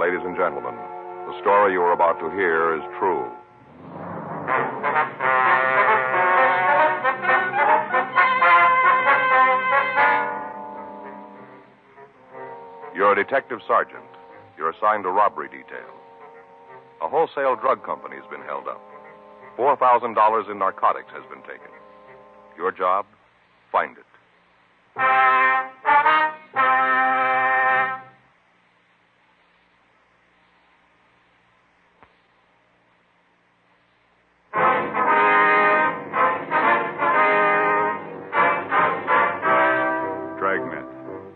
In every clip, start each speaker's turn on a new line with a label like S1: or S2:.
S1: Ladies and gentlemen, the story you are about to hear is true. You're a detective sergeant. You're assigned to robbery detail. A wholesale drug company has been held up. $4,000 in narcotics has been taken. Your job? Find it.
S2: Dragnet,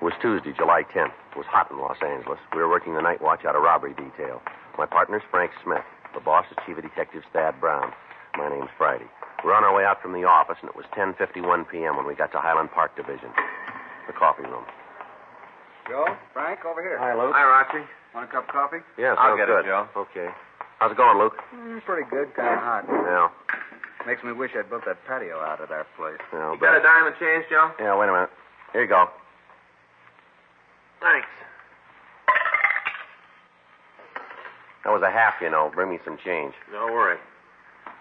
S3: It was Tuesday, July 10th. It was hot in Los Angeles. We were working the night watch out of robbery detail. My partner's Frank Smith. The boss is Chief of Detectives Thad Brown. My name's Friday. We're on our way out from the office, and it was 10.51 p.m. when we got to Highland Park Division, the coffee room.
S4: Joe? Frank, over here.
S3: Luke. Hi, Roxy.
S4: Want a cup of coffee?
S3: Yeah,
S5: I'll
S3: sounds
S5: get it,
S3: good.
S5: Joe.
S3: Okay. How's it going, Luke?
S4: Mm, pretty good, kind of hot.
S3: Yeah.
S4: Makes me wish I'd built that patio out at our place.
S3: yeah
S5: You got a dime and change, Joe?
S3: Yeah, wait a minute. Here you go.
S5: Thanks.
S3: That was a half, you know. Bring me some change.
S5: No worry.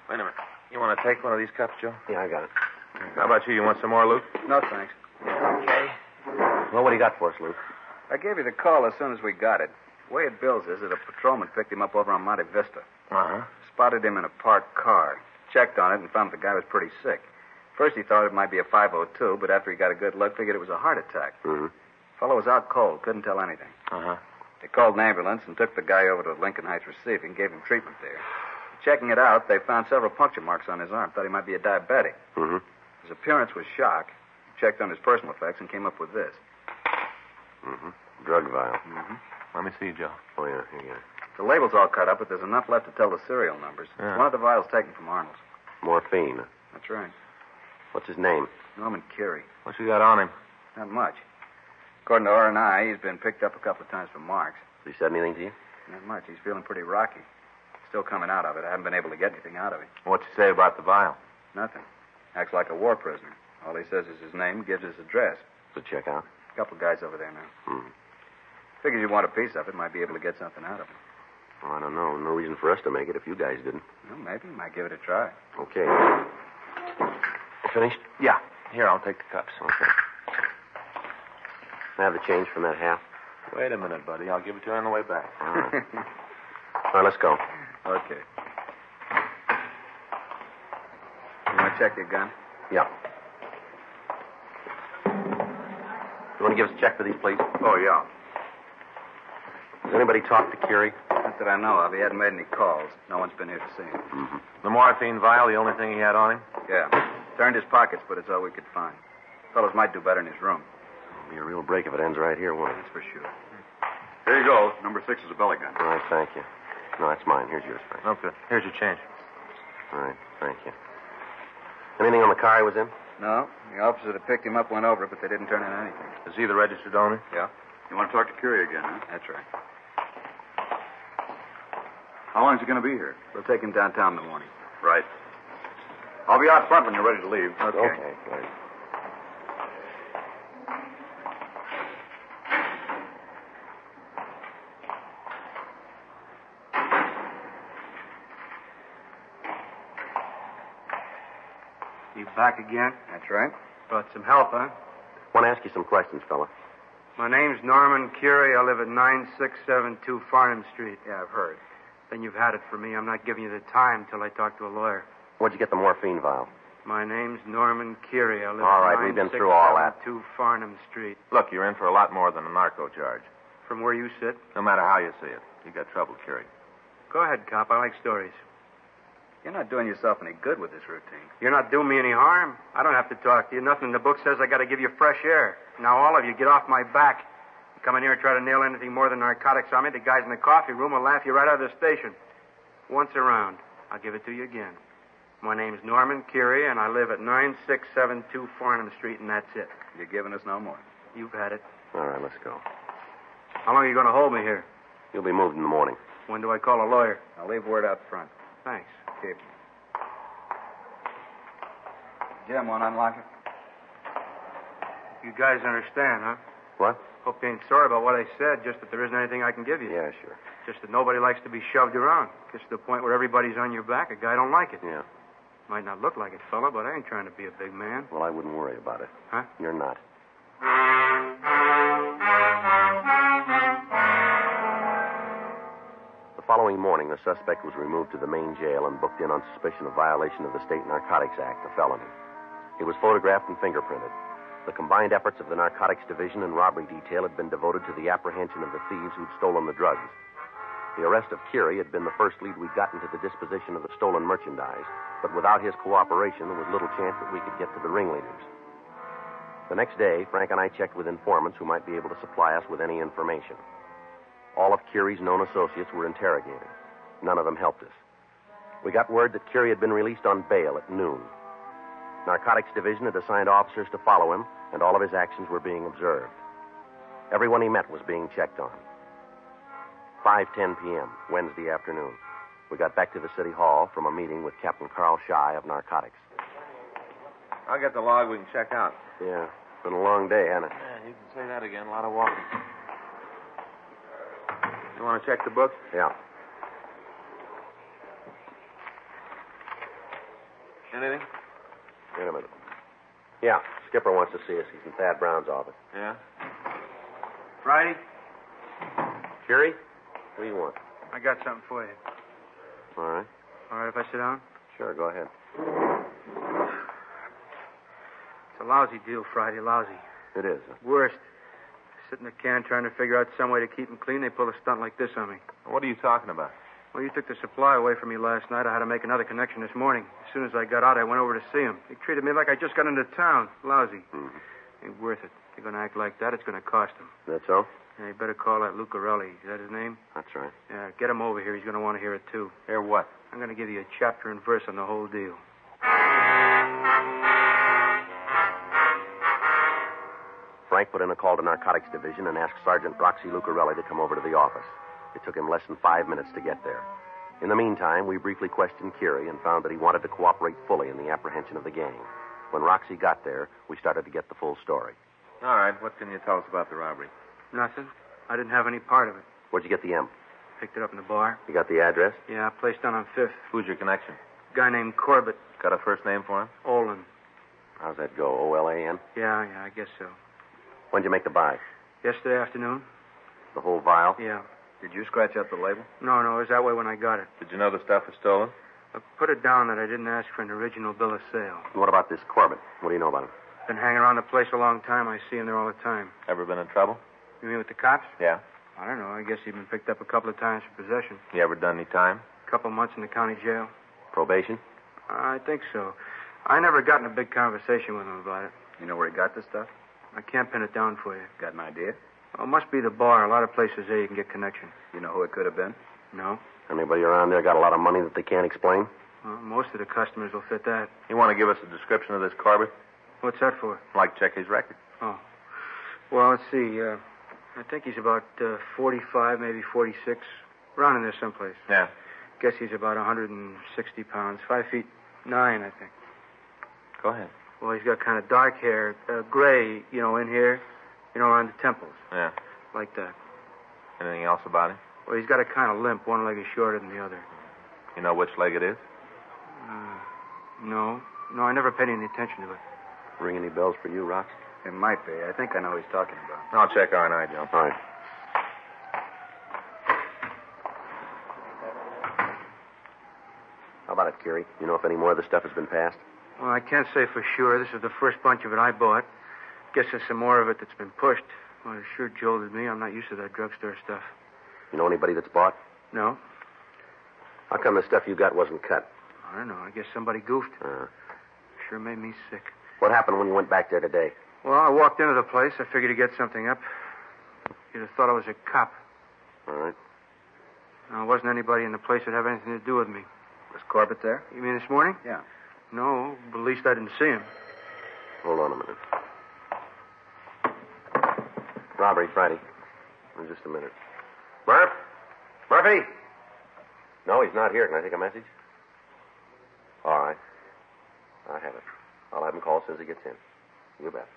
S5: Wait a minute. You want to take one of these cups, Joe?
S3: Yeah, I got it.
S5: How about you? You want some more, Luke?
S4: No, thanks.
S5: Okay.
S3: Well, what do you got for us, Luke?
S4: I gave you the call as soon as we got it. Way it bills is that a patrolman picked him up over on Monte Vista.
S5: Uh huh.
S4: Spotted him in a parked car. Checked on it and found the guy was pretty sick. First he thought it might be a 502, but after he got a good look, figured it was a heart attack.
S3: Mm-hmm.
S4: Fellow was out cold, couldn't tell anything.
S3: Uh-huh.
S5: Uh huh.
S4: They called an ambulance and took the guy over to Lincoln Heights Receiving, gave him treatment there. Checking it out, they found several puncture marks on his arm. Thought he might be a diabetic.
S3: Mm-hmm.
S4: His appearance was shock. Checked on his personal effects and came up with this.
S3: Mm-hmm. Drug vial.
S5: Let me see, Joe.
S3: Oh, yeah. Here you go.
S4: The label's all cut up, but there's enough left to tell the serial numbers. It's
S5: Yeah.
S4: One of the vials taken from Arnold's.
S3: Morphine.
S4: That's right.
S3: What's his name?
S4: Norman Curie.
S5: What you got on him?
S4: Not much. According to R&I, he's been picked up a couple of times for marks.
S3: Has he said anything to you?
S4: Not much. He's feeling pretty rocky. Still coming out of it. I haven't been able to get anything out of him.
S5: What'd you say about the vial?
S4: Nothing. Acts like a war prisoner. All he says is his name, gives his address.
S3: To check out?
S4: A couple of guys over there now.
S3: Hmm.
S4: Figures you want a piece of it, might be able to get something out of it.
S3: Well, I don't know. No reason for us to make it if you guys didn't.
S4: Well, maybe. Might give it a try.
S3: Okay. Finished?
S5: Yeah. Here, I'll take the cups.
S3: Okay. Can I have the change from that half?
S5: Wait a minute, buddy. I'll give it to you on the way back.
S3: All right. All right, let's go.
S4: okay. You want to check your gun?
S3: Yeah. You want to give us a check for these, please?
S4: Oh, yeah.
S3: Has anybody talked to Curie?
S4: Not that I know of. He hadn't made any calls. No one's been here to see him.
S5: The morphine vial, the only thing he had on him?
S4: Yeah. Turned his pockets, but it's all we could find. Fellows might do better in his room.
S3: It'll be a real break if it ends right here, won't it?
S4: That's for sure.
S1: Here you go. Number six is a belly gun.
S3: All right, thank you. No, that's mine. Here's yours, Frank.
S5: Okay. Here's your change.
S3: All right, thank you. Anything on the car he was in?
S4: No, the officer that picked him up went over it, but they didn't turn in anything.
S5: Is he the registered owner?
S4: Yeah?
S1: You want to talk to Curie again, huh?
S4: That's right.
S1: How long is he going to be here?
S4: We'll take him downtown in the morning.
S1: Right. I'll be out front when you're ready to leave.
S5: Uh,
S3: great.
S4: You back again? That's right.
S6: Brought some help, huh?
S3: Want to ask you some questions, fella.
S6: My name's Norman Curie. I live at 9672 Farnham Street.
S4: Yeah, I've heard.
S6: Then you've had it for me. I'm not giving you the time till I talk to a lawyer.
S3: Where'd you get the morphine vial?
S6: My name's Norman Curie. I live
S3: All
S6: at
S3: right, we've been through all that.
S6: 9672 Farnham Street.
S5: Look, you're in for a lot more than a narco charge.
S6: From where you sit?
S5: No matter how you see it, you got trouble, Curie.
S6: Go ahead, cop. I like stories.
S4: You're not doing yourself any good with this routine.
S6: You're not doing me any harm. I don't have to talk to you. Nothing in the book says I got to give you fresh air. Now, all of you, get off my back. You come in here and try to nail anything more than narcotics on me. The guys in the coffee room will laugh you right out of the station. Once around, I'll give it to you again. My name's Norman Curie, and I live at 9672 Farnham Street, and that's it.
S4: You're giving us no more.
S6: You've had it.
S3: All right, let's go.
S6: How long are you going to hold me here?
S3: You'll be moved in the morning.
S6: When do I call a lawyer?
S4: I'll leave word out front.
S6: Thanks.
S4: Keep. Jim, want to unlock it?
S6: You guys understand, huh?
S3: What?
S6: Hope you ain't sorry about what I said, just that there isn't anything I can give you.
S3: Yeah, sure.
S6: Just that nobody likes to be shoved around. Gets to the point where everybody's on your back. A guy don't like it.
S3: Yeah.
S6: Might not look like it, fella, but I ain't trying to be a big man.
S3: Well, I wouldn't worry about it.
S6: Huh?
S3: You're not. The following morning, the suspect was removed to the main jail and booked in on suspicion of violation of the State Narcotics Act, a felony. He was photographed and fingerprinted. The combined efforts of the Narcotics Division and robbery detail had been devoted to the apprehension of the thieves who'd stolen the drugs. The arrest of Curie had been the first lead we'd gotten to the disposition of the stolen merchandise, but without his cooperation, there was little chance that we could get to the ringleaders. The next day, Frank and I checked with informants who might be able to supply us with any information. All of Curie's known associates were interrogated. None of them helped us. We got word that Curie had been released on bail at noon. Narcotics Division had assigned officers to follow him, and all of his actions were being observed. Everyone he met was being checked on. 5:10 p.m., Wednesday afternoon. We got back to the city hall from a meeting with Captain Carl Shy of Narcotics.
S5: I'll get the log we can check out.
S3: Yeah, it's been a long day, hasn't it?
S5: Man, you can say that again. A lot of walking. You want to check the book?
S3: Yeah.
S5: Anything?
S3: Wait a minute. Yeah, Skipper wants to see us. He's in Thad Brown's office.
S5: Yeah?
S6: Friday,
S3: Curie? What do you want?
S6: I got something for you.
S3: All right.
S6: All right, if I sit down?
S3: Sure, go ahead.
S6: It's a lousy deal, Friday. Lousy.
S3: It is.
S6: Worst. Sit in the can trying to figure out some way to keep 'em clean. They pull a stunt like this on me.
S5: What are you talking about?
S6: Well, you took the supply away from me last night. I had to make another connection this morning. As soon as I got out, I went over to see him. They treated me like I just got into town. Lousy.
S3: Mhm.
S6: Ain't worth it. They're going to act like that. It's going to cost them.
S3: That's so?
S6: Yeah, you better call that Lucarelli. Is that his name?
S3: That's right.
S6: Yeah, get him over here. He's going to want to hear it, too.
S5: Here what?
S6: I'm going to give you a chapter and verse on the whole deal.
S3: Frank put in a call to Narcotics Division and asked Sergeant Roxy Lucarelli to come over to the office. It took him less than five minutes to get there. In the meantime, we briefly questioned Curie and found that he wanted to cooperate fully in the apprehension of the gang. When Roxy got there, we started to get the full story.
S5: All right, what can you tell us about the robbery?
S6: Nothing. I didn't have any part of it.
S3: Where'd you get the M?
S6: Picked it up in the bar.
S3: You got the address?
S6: Yeah, placed down on Fifth.
S5: Who's your connection?
S6: Guy named Corbett
S5: Got a first name for him?
S6: Olin.
S3: How's that go? O L A N?
S6: Yeah, yeah, I guess so.
S3: When'd you make the buy?
S6: Yesterday afternoon?
S3: The whole vial?
S6: Yeah.
S4: Did you scratch out the label?
S6: No, no, it was that way when I got it.
S5: Did you know the stuff was stolen?
S6: I put it down that I didn't ask for an original bill of sale.
S3: What about this Corbett? What do you know about him?
S6: Been hanging around the place a long time. I see him there all the time.
S5: Ever been in trouble?
S6: You mean with the cops?
S5: Yeah.
S6: I don't know. I guess he'd been picked up a couple of times for possession.
S5: You ever done any time?
S6: couple months in the county jail.
S3: Probation?
S6: I think so. I never got in a big conversation with him about it.
S4: You know where he got this stuff?
S6: I can't pin it down for you.
S4: Got an idea?
S6: Oh, it must be the bar. A lot of places there you can get connection.
S4: You know who it could have been?
S6: No?
S3: Anybody around there got a lot of money that they can't explain?
S6: Well, most of the customers will fit that.
S5: You want to give us a description of this Corbett?
S6: What's that for?
S5: Like check his record.
S6: Oh. Well, let's see. Uh, I think he's about uh, 45, maybe 46, around in there someplace.
S5: Yeah.
S6: Guess he's about 160 pounds, five feet nine, I think.
S5: Go ahead.
S6: Well, he's got kind of dark hair, uh, gray, you know, in here, you know, around the temples,
S5: Yeah.
S6: like that.
S5: Anything else about him?
S6: Well, he's got a kind of limp. One leg is shorter than the other.
S5: You know which leg it is?
S6: Uh, no, no, I never paid any attention to it.
S3: Ring any bells for you, Rox?
S4: It might be. I think I know who Oh, he's talking about.
S5: I'll check R&I, Joe.
S3: All right. How about it, Curie? You know if any more of the stuff has been passed?
S6: Well, I can't say for sure. This is the first bunch of it I bought. Guess there's some more of it that's been pushed. Well, it sure jolted me. I'm not used to that drugstore stuff.
S3: You know anybody that's bought?
S6: No?
S3: How come the stuff you got wasn't cut?
S6: I don't know. I guess somebody goofed.
S3: Uh,
S6: Sure made me sick.
S3: what happened when you went back there today?
S6: Well, I walked into the place. I figured to get something up. You'd have thought I was a cop.
S3: All right.
S6: Now, there wasn't anybody in the place that had anything to do with me.
S4: Was Corbett there?
S6: You mean this morning?
S4: Yeah.
S6: No, but at least I didn't see him.
S3: Hold on a minute. Robbery, Friday. In just a minute. Murph? Murphy? No, he's not here. Can I take a message? All right. I have it. I'll have him call as soon as he gets in. You bet.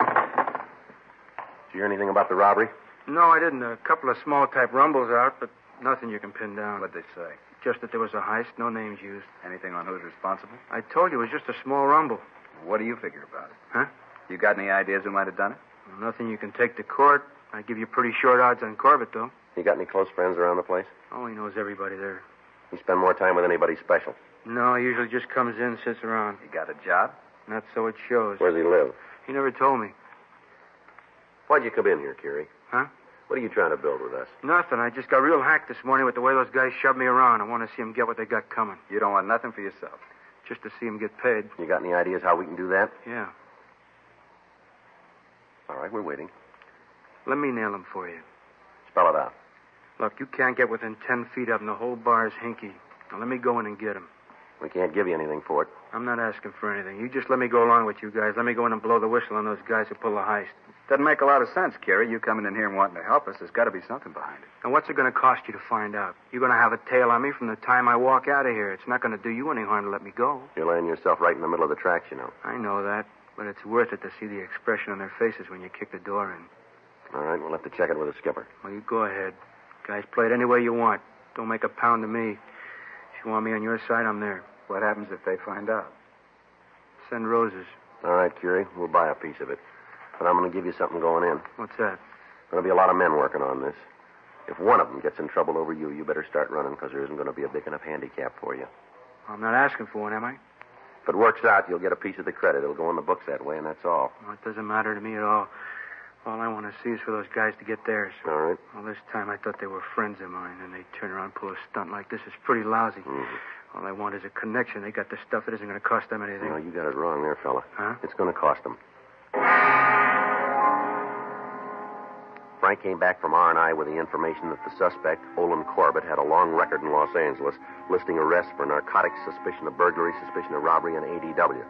S3: Did you hear anything about the robbery?
S6: No, I didn't. A couple of small type rumbles out, but nothing you can pin down.
S4: What'd they say?
S6: Just that there was a heist, no names used.
S4: Anything on who's responsible?
S6: I told you it was just a small rumble.
S4: What do you figure about it?
S6: Huh?
S4: You got any ideas who might have done it?
S6: Nothing you can take to court. I give you pretty short odds on Corbett, though.
S3: You got any close friends around the place?
S6: Oh, he knows everybody there.
S3: You spend more time with anybody special.
S6: No, he usually just comes in, sits around.
S4: You got a job?
S6: Not so it shows.
S3: Where does he live?
S6: He never told me.
S3: Why'd you come in here, Curie?
S6: Huh?
S3: What are you trying to build with us?
S6: Nothing. I just got real hacked this morning with the way those guys shoved me around. I want to see them get what they got coming,
S4: You don't want nothing for yourself.
S6: just to see them get paid.
S3: You got any ideas how we can do that?
S6: Yeah.
S3: All right, we're waiting.
S6: Let me nail them for you.
S3: Spell it out.
S6: Look, you can't get within ten feet of them. The whole bar's hinky. Now let me go in and get them.
S3: We can't give you anything for it.
S6: I'm not asking for anything. You just let me go along with you guys. Let me go in and blow the whistle on those guys who pull the heist.
S4: Doesn't make a lot of sense, Kerry. You coming in here and wanting to help us, there's got to be something behind it.
S6: And what's it going to cost you to find out? You're going to have a tail on me from the time I walk out of here. It's not going to do you any harm to let me go.
S3: You're laying yourself right in the middle of the tracks, you know.
S6: I know that, but it's worth it to see the expression on their faces when you kick the door in.
S3: All right, we'll have to check it with the skipper.
S6: Well, you go ahead. Guys, play it any way you want. Don't make a pound of me. If you want me on your side, I'm there.
S4: What happens if they find out?
S6: Send roses.
S3: All right, Curie, we'll buy a piece of it. But I'm going to give you something going in.
S6: What's that?
S3: There'll be a lot of men working on this. If one of them gets in trouble over you, you better start running because there isn't going to be a big enough handicap for you.
S6: I'm not asking for one, am I?
S3: If it works out, you'll get a piece of the credit. It'll go in the books that way, and that's all.
S6: Well, it doesn't matter to me at all. All I want to see is for those guys to get theirs.
S3: All right.
S6: Well, this time I thought they were friends of mine, and they turn around and pull a stunt like this is pretty lousy.
S3: Mhm.
S6: All I want is a connection. They got the stuff. It isn't going to cost them anything.
S3: No, you got it wrong there, fella.
S6: Huh?
S3: It's going to cost them. Frank came back from R&I with the information that the suspect, Olin Corbett, had a long record in Los Angeles, listing arrests for narcotics, suspicion of burglary, suspicion of robbery, and ADW.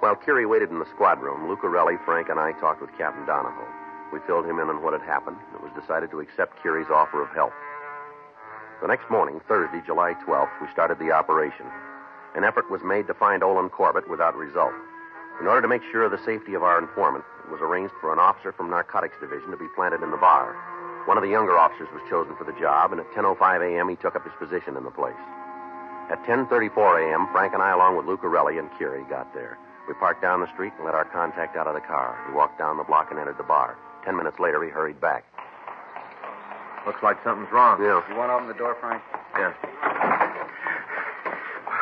S3: While Curie waited in the squad room, Lucarelli, Frank, and I talked with Captain Donahoe. We filled him in on what had happened, and it was decided to accept Curie's offer of help. The next morning, Thursday, July 12th, we started the operation. An effort was made to find Olin Corbett without result. In order to make sure of the safety of our informant, it was arranged for an officer from Narcotics Division to be planted in the bar. One of the younger officers was chosen for the job, and at 10.05 a.m. he took up his position in the place. At 10.34 a.m., Frank and I, along with Lucarelli and Curie, got there. We parked down the street and let our contact out of the car. He walked down the block and entered the bar. Ten minutes later, he hurried back.
S5: Looks like something's wrong.
S3: Yeah.
S4: You want to open the door, Frank?
S5: Yeah.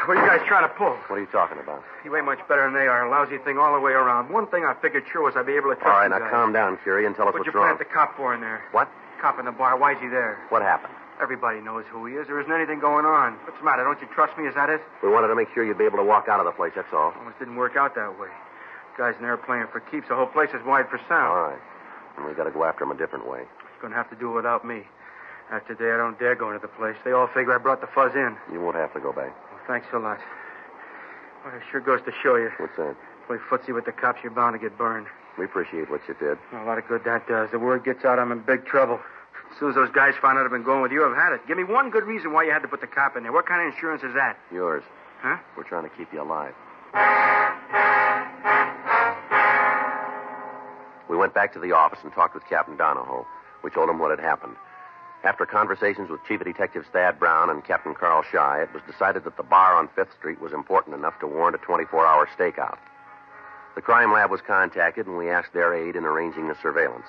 S6: What are you guys trying to pull?
S3: What are you talking about?
S6: You ain't much better than they are. A lousy thing all the way around. One thing I figured sure was I'd be able to touch
S3: All right,
S6: you
S3: now
S6: guys.
S3: calm down, Curie, and tell us
S6: What'd you
S3: what's wrong.
S6: plant the cop for in there?
S3: What?
S6: Cop in the bar. Why's he there?
S3: What happened?
S6: Everybody knows who he is. There isn't anything going on. What's the matter? Don't you trust me? Is that it?
S3: We wanted to make sure you'd be able to walk out of the place, that's all.
S6: Almost didn't work out that way. Guys in there playing for keeps. The whole place is wide for sound.
S3: All right. And we got to go after him a different way.
S6: It's going to have to do it without me. After today, I don't dare go into the place. They all figure I brought the fuzz in.
S3: You won't have to go back.
S6: Well, thanks a lot. Well, it sure goes to show you.
S3: What's that?
S6: Play footsie with the cops, you're bound to get burned.
S3: We appreciate what you did.
S6: A lot of good that does. The word gets out, I'm in big trouble. As soon as those guys find out I've been going with you, I've had it. Give me one good reason why you had to put the cop in there. What kind of insurance is that?
S3: Yours.
S6: Huh?
S3: We're trying to keep you alive. We went back to the office and talked with Captain Donahoe. We told him what had happened. After conversations with Chief of Detectives Thad Brown and Captain Carl Shy, it was decided that the bar on Fifth Street was important enough to warrant a 24 hour stakeout. The crime lab was contacted, and we asked their aid in arranging the surveillance.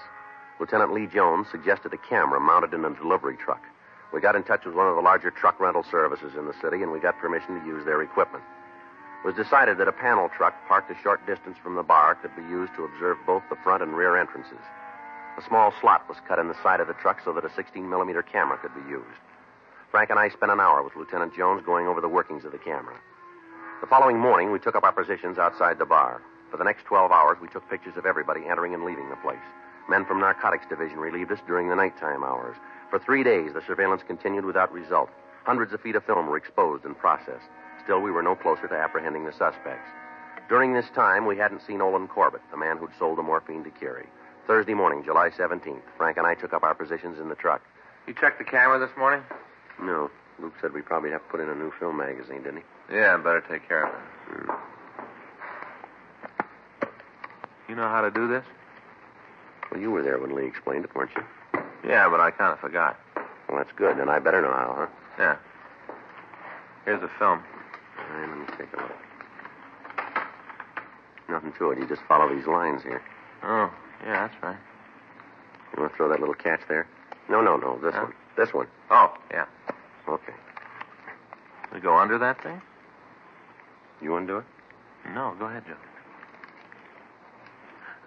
S3: Lieutenant Lee Jones suggested a camera mounted in a delivery truck. We got in touch with one of the larger truck rental services in the city, and we got permission to use their equipment. It was decided that a panel truck parked a short distance from the bar could be used to observe both the front and rear entrances. A small slot was cut in the side of the truck so that a 16 millimeter camera could be used. Frank and I spent an hour with Lieutenant Jones going over the workings of the camera. The following morning, we took up our positions outside the bar. For the next 12 hours, we took pictures of everybody entering and leaving the place. Men from Narcotics Division relieved us during the nighttime hours. For three days, the surveillance continued without result. Hundreds of feet of film were exposed and processed. Still, we were no closer to apprehending the suspects. During this time, we hadn't seen Olin Corbett, the man who'd sold the morphine to Curie. Thursday morning, July 17th, Frank and I took up our positions in the truck.
S5: You checked the camera this morning?
S3: No, Luke said we probably have to put in a new film magazine, didn't he?
S5: Yeah, I better take care of it. You know how to do this?
S3: Well, you were there when Lee explained it, weren't you?
S5: Yeah, but I kind of forgot.
S3: Well, that's good. Then I better know how, huh?
S5: Yeah. Here's the film.
S3: All right, let me take a look. Nothing to it. You just follow these lines here.
S5: Oh, yeah, that's right.
S3: You want to throw that little catch there? No, no, no. This
S5: Huh?
S3: one. This one.
S5: Oh, yeah.
S3: Okay.
S5: We go under that thing?
S3: You want to do it?
S5: No, go ahead, Joe.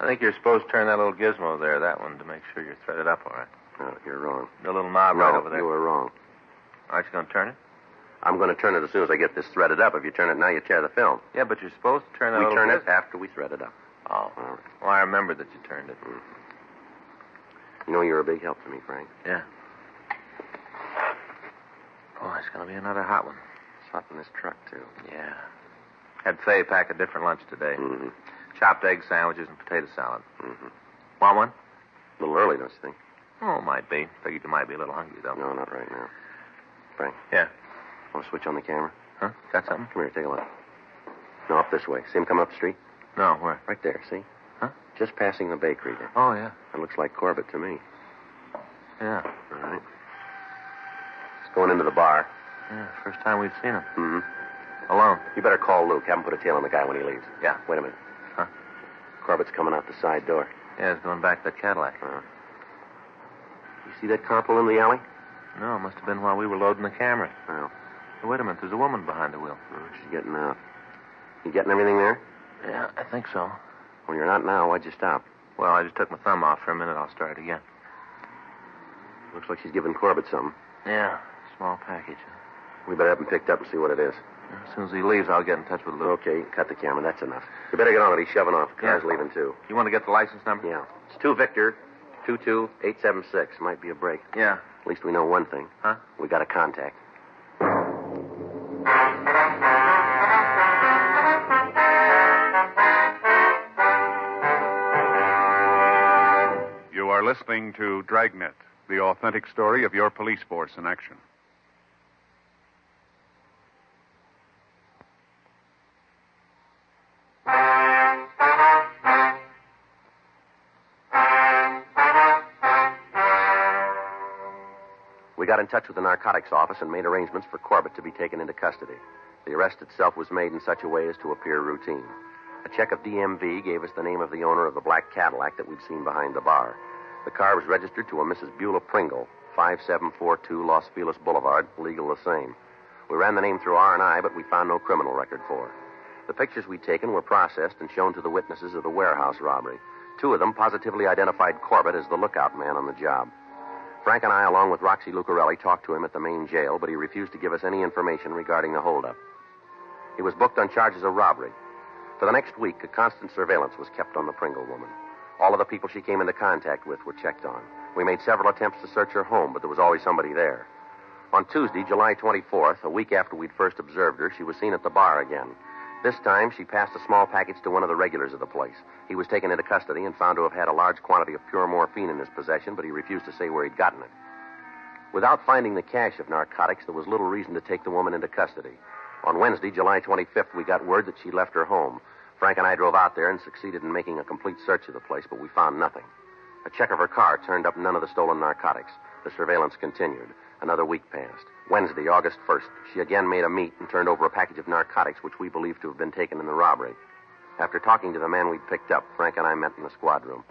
S5: I think you're supposed to turn that little gizmo there, that one, to make sure you're threaded up all right.
S3: No, you're wrong.
S5: The little knob right
S3: no,
S5: over there.
S3: you were wrong.
S5: Aren't you going to turn it?
S3: I'm going to turn it as soon as I get this threaded up. If you turn it now, you tear the film.
S5: Yeah, but you're supposed to turn that
S3: we
S5: little
S3: turn it
S5: giz-
S3: after we thread it up.
S5: Oh.
S3: All right.
S5: Well, I remember that you turned it.
S3: You know, you're a big help to me, Frank.
S5: Yeah. Oh, it's going to be another hot one.
S3: It's hot in this truck, too.
S5: Yeah. Had Fay pack a different lunch today.
S3: Mm-hmm.
S5: Chopped egg sandwiches and potato salad.
S3: Mm-hmm.
S5: Want one?
S3: A little early, don't you think?
S5: Oh, might be. Figured you might be a little hungry, though.
S3: No, not right now. Frank.
S5: Yeah.
S3: Want to switch on the camera?
S5: Huh? Got something?
S3: Come here, take a look. No, up this way. See him come up the street?
S5: No, where?
S3: Right there, see?
S5: Huh?
S3: Just passing the bakery there.
S5: Oh, yeah.
S3: That looks like Corbett to me.
S5: Yeah.
S3: All right. He's going into the bar.
S5: Yeah. First time we've seen him.
S3: Mm-hmm.
S5: Alone.
S3: You better call Luke. Have him put a tail on the guy when he leaves.
S5: Yeah.
S3: Wait a minute.
S5: Huh?
S3: Corbett's coming out the side door.
S5: Yeah, he's going back to that Cadillac.
S3: You see that carpool in the alley?
S5: No, it must have been while we were loading the camera.
S3: Oh.
S5: Hey, wait a minute. There's a woman behind the wheel.
S3: oh, she's getting out. You getting everything there?
S5: Yeah, I think so.
S3: Well, you're not now. Why'd you stop?
S5: Well, I just took my thumb off for a minute. I'll start again.
S3: Looks like she's giving Corbett something.
S5: Yeah. Small package.
S3: We better have him picked up and see what it is.
S5: As soon as he leaves, I'll get in touch with Luke.
S3: Okay, cut the camera. That's enough. You better get on it. He's shoving off. The car's
S5: Yeah.
S3: leaving, too.
S5: You want to get the license number?
S3: Yeah. It's 2 Victor, 22876. Might be a break.
S5: Yeah.
S3: At least we know one thing.
S5: Huh?
S3: We got a contact.
S2: You are listening to Dragnet, the authentic story of your police force in action.
S3: We got in touch with the narcotics office and made arrangements for Corbett to be taken into custody. The arrest itself was made in such a way as to appear routine. A check of DMV gave us the name of the owner of the black Cadillac that we'd seen behind the bar. The car was registered to a Mrs. Beulah Pringle, 5742 Los Feliz Boulevard, legal the same. We ran the name through R&I, but we found no criminal record for her. The pictures we'd taken were processed and shown to the witnesses of the warehouse robbery. Two of them positively identified Corbett as the lookout man on the job. Frank and I, along with Roxy Lucarelli, talked to him at the main jail, but he refused to give us any information regarding the holdup. He was booked on charges of robbery. For the next week, a constant surveillance was kept on the Pringle woman. All of the people she came into contact with were checked on. We made several attempts to search her home, but there was always somebody there. On Tuesday, July 24th, a week after we'd first observed her, she was seen at the bar again. This time, she passed a small package to one of the regulars of the place. He was taken into custody and found to have had a large quantity of pure morphine in his possession, but he refused to say where he'd gotten it. Without finding the cache of narcotics, there was little reason to take the woman into custody. On Wednesday, July 25th, we got word that she left her home. Frank and I drove out there and succeeded in making a complete search of the place, but we found nothing. A check of her car turned up none of the stolen narcotics. The surveillance continued. Another week passed. Wednesday, August 1st, she again made a meet and turned over a package of narcotics which we believed to have been taken in the robbery. After talking to the man we'd picked up, Frank and I met in the squad room.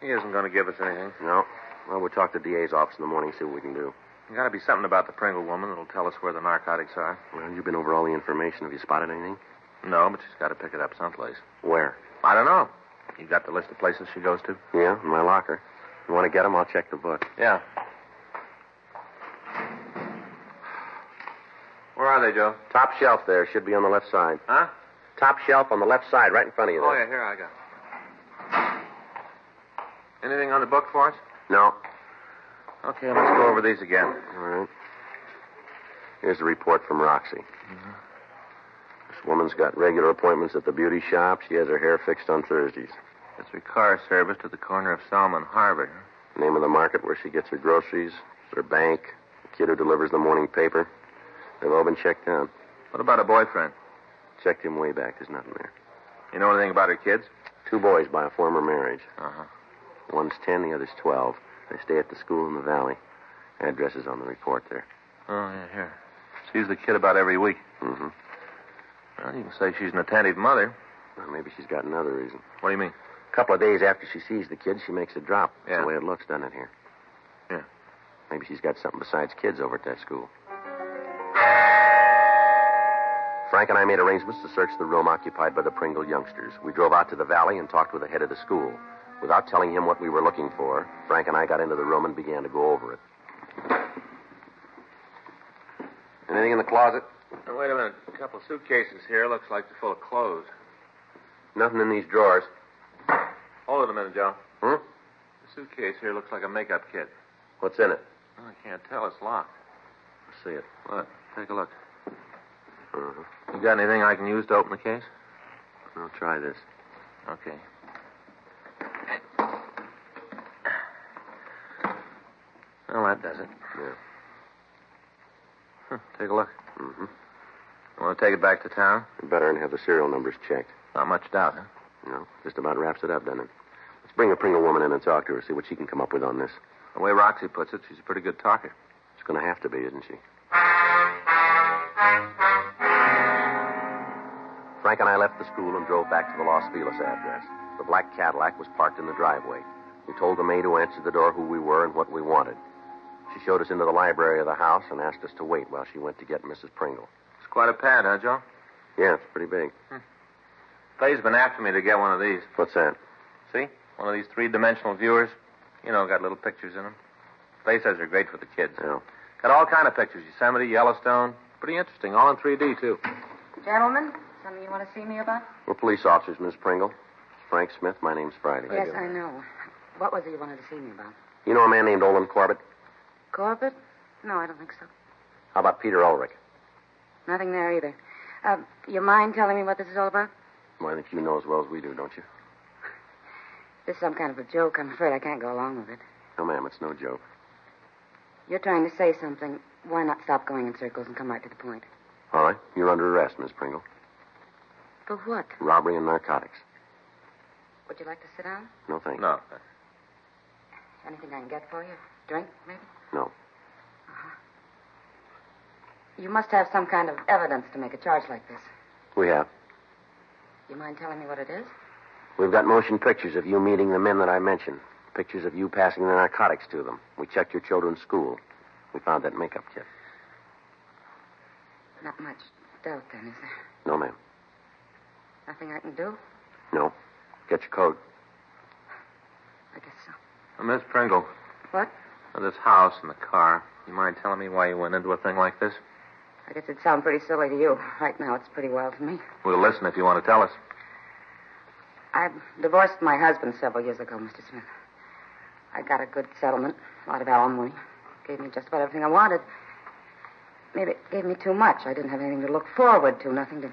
S5: He isn't going to give us anything.
S3: No. Well, we'll talk to DA's office in the morning, see what we can do.
S5: There's got to be something about the Pringle woman that'll tell us where the narcotics are.
S3: Well, you've been over all the information. Have you spotted anything?
S5: No, but she's got to pick it up someplace.
S3: Where?
S5: I don't know. You got the list of places she goes to?
S3: Yeah, in my locker. You want to get them? I'll check the book.
S5: Yeah. Where are they, Joe?
S3: Top shelf there should be on the left side.
S5: Huh?
S3: Top shelf on the left side, right in front of you.
S5: Oh,
S3: There.
S5: yeah, here I got. it. Anything on the book for us?
S3: No.
S5: Okay, let's go over these again.
S3: All right. Here's the report from Roxy.
S5: Mm-hmm.
S3: This woman's got regular appointments at the beauty shop. She has her hair fixed on Thursdays.
S5: It's a car service to the corner of Salm and Harvard.
S3: Name of the market where she gets her groceries, her bank, the kid who delivers the morning paper. They've all been checked out.
S5: What about a boyfriend?
S3: Checked him way back. There's nothing there.
S5: You know anything about her kids?
S3: Two boys by a former marriage.
S5: Uh-huh.
S3: One's 10, the other's 12. They stay at the school in the valley. Address is on the report there.
S5: Oh, yeah, here. Sees the kid about every week.
S3: Mm-hmm.
S5: Well, you can say she's an attentive mother.
S3: Well, maybe she's got another reason.
S5: What do you mean?
S3: A couple of days after she sees the kid, she makes a drop. That's
S5: Yeah.
S3: the way it looks, doesn't it, here?
S5: Yeah.
S3: Maybe she's got something besides kids over at that school. Frank and I made arrangements to search the room occupied by the Pringle youngsters. We drove out to the valley and talked with the head of the school. Without telling him what we were looking for, Frank and I got into the room and began to go over it. Anything in the closet?
S5: Now, wait a minute. A couple suitcases here. Looks like they're full of clothes.
S3: Nothing in these drawers.
S5: Hold it a minute, Joe.
S3: Hmm?
S5: The suitcase here looks like a makeup kit.
S3: What's in it?
S5: Well, I can't tell. It's locked.
S3: Let's see it.
S5: What? Take a look.
S3: Uh-huh.
S5: You got anything I can use to open the case?
S3: I'll try this.
S5: Okay. Well, that does it.
S3: Yeah.
S5: Huh, take a look.
S3: Mm-hmm.
S5: You want to take it back to town?
S3: Better and have the serial numbers checked.
S5: Not much doubt, huh?
S3: You know, just about wraps it up, doesn't it? Let's bring a Pringle woman in and talk to her, see what she can come up with on this.
S5: The way Roxy puts it, she's a pretty good talker.
S3: She's going to have to be, isn't she? Frank and I left the school and drove back to the Los Feliz address. The black Cadillac was parked in the driveway. We told the maid who answered the door who we were and what we wanted. She showed us into the library of the house and asked us to wait while she went to get Mrs. Pringle.
S5: It's quite a pad, huh, Joe?
S3: Yeah, it's pretty big.
S5: Clay's been after me to get one of these.
S3: What's that?
S5: See? One of these three-dimensional viewers. You know, got little pictures in them. Clay says they're great for the kids.
S3: Oh.
S5: Got all kind of pictures. Yosemite, Yellowstone. Pretty interesting. All in 3D, too.
S7: Gentlemen, something you want to see me about?
S3: We're police officers, Miss Pringle. Frank Smith. My name's Friday.
S7: yes, I know. What was it you wanted to see me about?
S3: You know a man named Olin Corbett?
S7: Corbett? No, I don't think so.
S3: How about Peter Ulrich?
S7: Nothing there either. Uh, you mind telling me what this is all about?
S3: Well, I think you know as well as we do, don't you?
S7: This is some kind of a joke. I'm afraid I can't go along with it.
S3: No, ma'am, it's no joke.
S7: You're trying to say something. Why not stop going in circles and come right to the point?
S3: All right, you're under arrest, Miss Pringle.
S7: For what?
S3: Robbery and narcotics.
S7: Would you like to sit down?
S3: No, thanks.
S5: No.
S7: Anything I can get for you? Drink, maybe? Uh-huh.
S3: No.
S7: You must have some kind of evidence to make a charge like this.
S3: We have.
S7: You mind telling me what it is?
S3: We've got motion pictures of you meeting the men that I mentioned. Pictures of you passing the narcotics to them. We checked your children's school. We found that makeup kit.
S7: Not much doubt, then, is there?
S3: No, ma'am.
S7: Nothing I can do?
S3: No. Get your coat.
S7: I guess so.
S5: Uh, Miss Pringle,
S7: What?
S5: uh, this house and the car. You mind telling me why you went into a thing like this?
S7: I guess it'd sound pretty silly to you. Right now, it's pretty wild to me.
S5: We'll listen if you want to tell us.
S7: I divorced my husband several years ago, Mr. Smith. I got a good settlement, a lot of alimony. Gave me just about everything I wanted. Maybe it gave me too much. I didn't have anything to look forward to, nothing to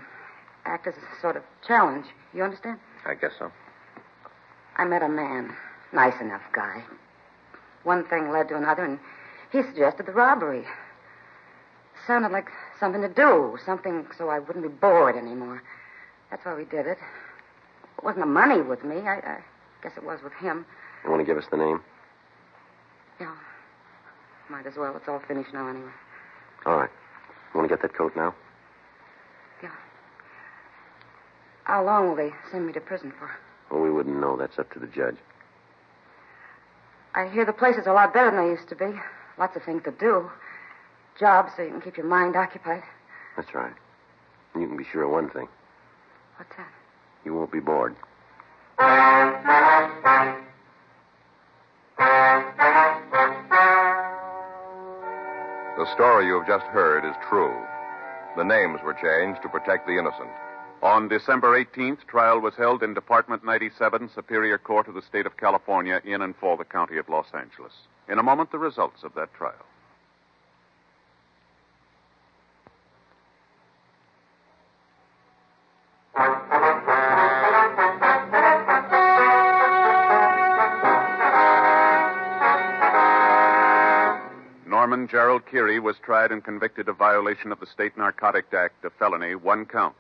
S7: act as a sort of challenge. You understand?
S5: I guess so.
S7: I met a man, nice enough guy. One thing led to another, and he suggested the robbery. Sounded like something to do, something so I wouldn't be bored anymore. That's why we did it. It wasn't the money with me. I, I guess it was with him.
S3: You want to give us the name?
S7: Yeah. Might as well. It's all finished now, anyway.
S3: All right. You want to get that coat now?
S7: Yeah. How long will they send me to prison for?
S3: Well, we wouldn't know. That's up to the judge.
S7: I hear the place is a lot better than they used to be. Lots of things to do. Jobs so you can keep your mind occupied.
S3: That's right. And you can be sure of one thing.
S7: What's that?
S3: You won't be bored.
S1: The story you have just heard is true. The names were changed to protect the innocent.
S2: On December 18th, trial was held in Department 97, Superior Court of the State of California, in and for the County of Los Angeles. In a moment, the results of that trial. Foreman Gerald Keary was tried and convicted of violation of the State Narcotic Act, a felony, one count.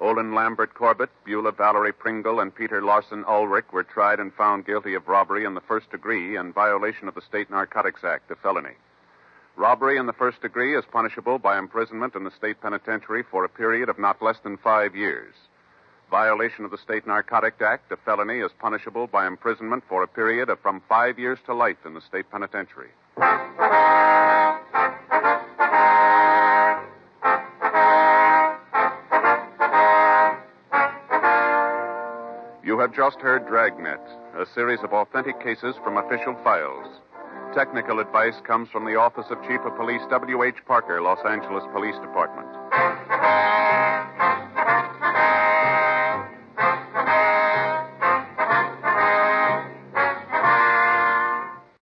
S2: Olin Lambert Corbett, Beulah Valerie Pringle, and Peter Larson Ulrich were tried and found guilty of robbery in the first degree and violation of the State Narcotics Act, a felony. Robbery in the first degree is punishable by imprisonment in the state penitentiary for a period of not less than five years. Violation of the State Narcotic Act, a felony, is punishable by imprisonment for a period of from five years to life in the state penitentiary. You have just heard Dragnet, a series of authentic cases from official files. Technical advice comes from the Office of Chief of Police W.H. Parker, Los Angeles Police Department.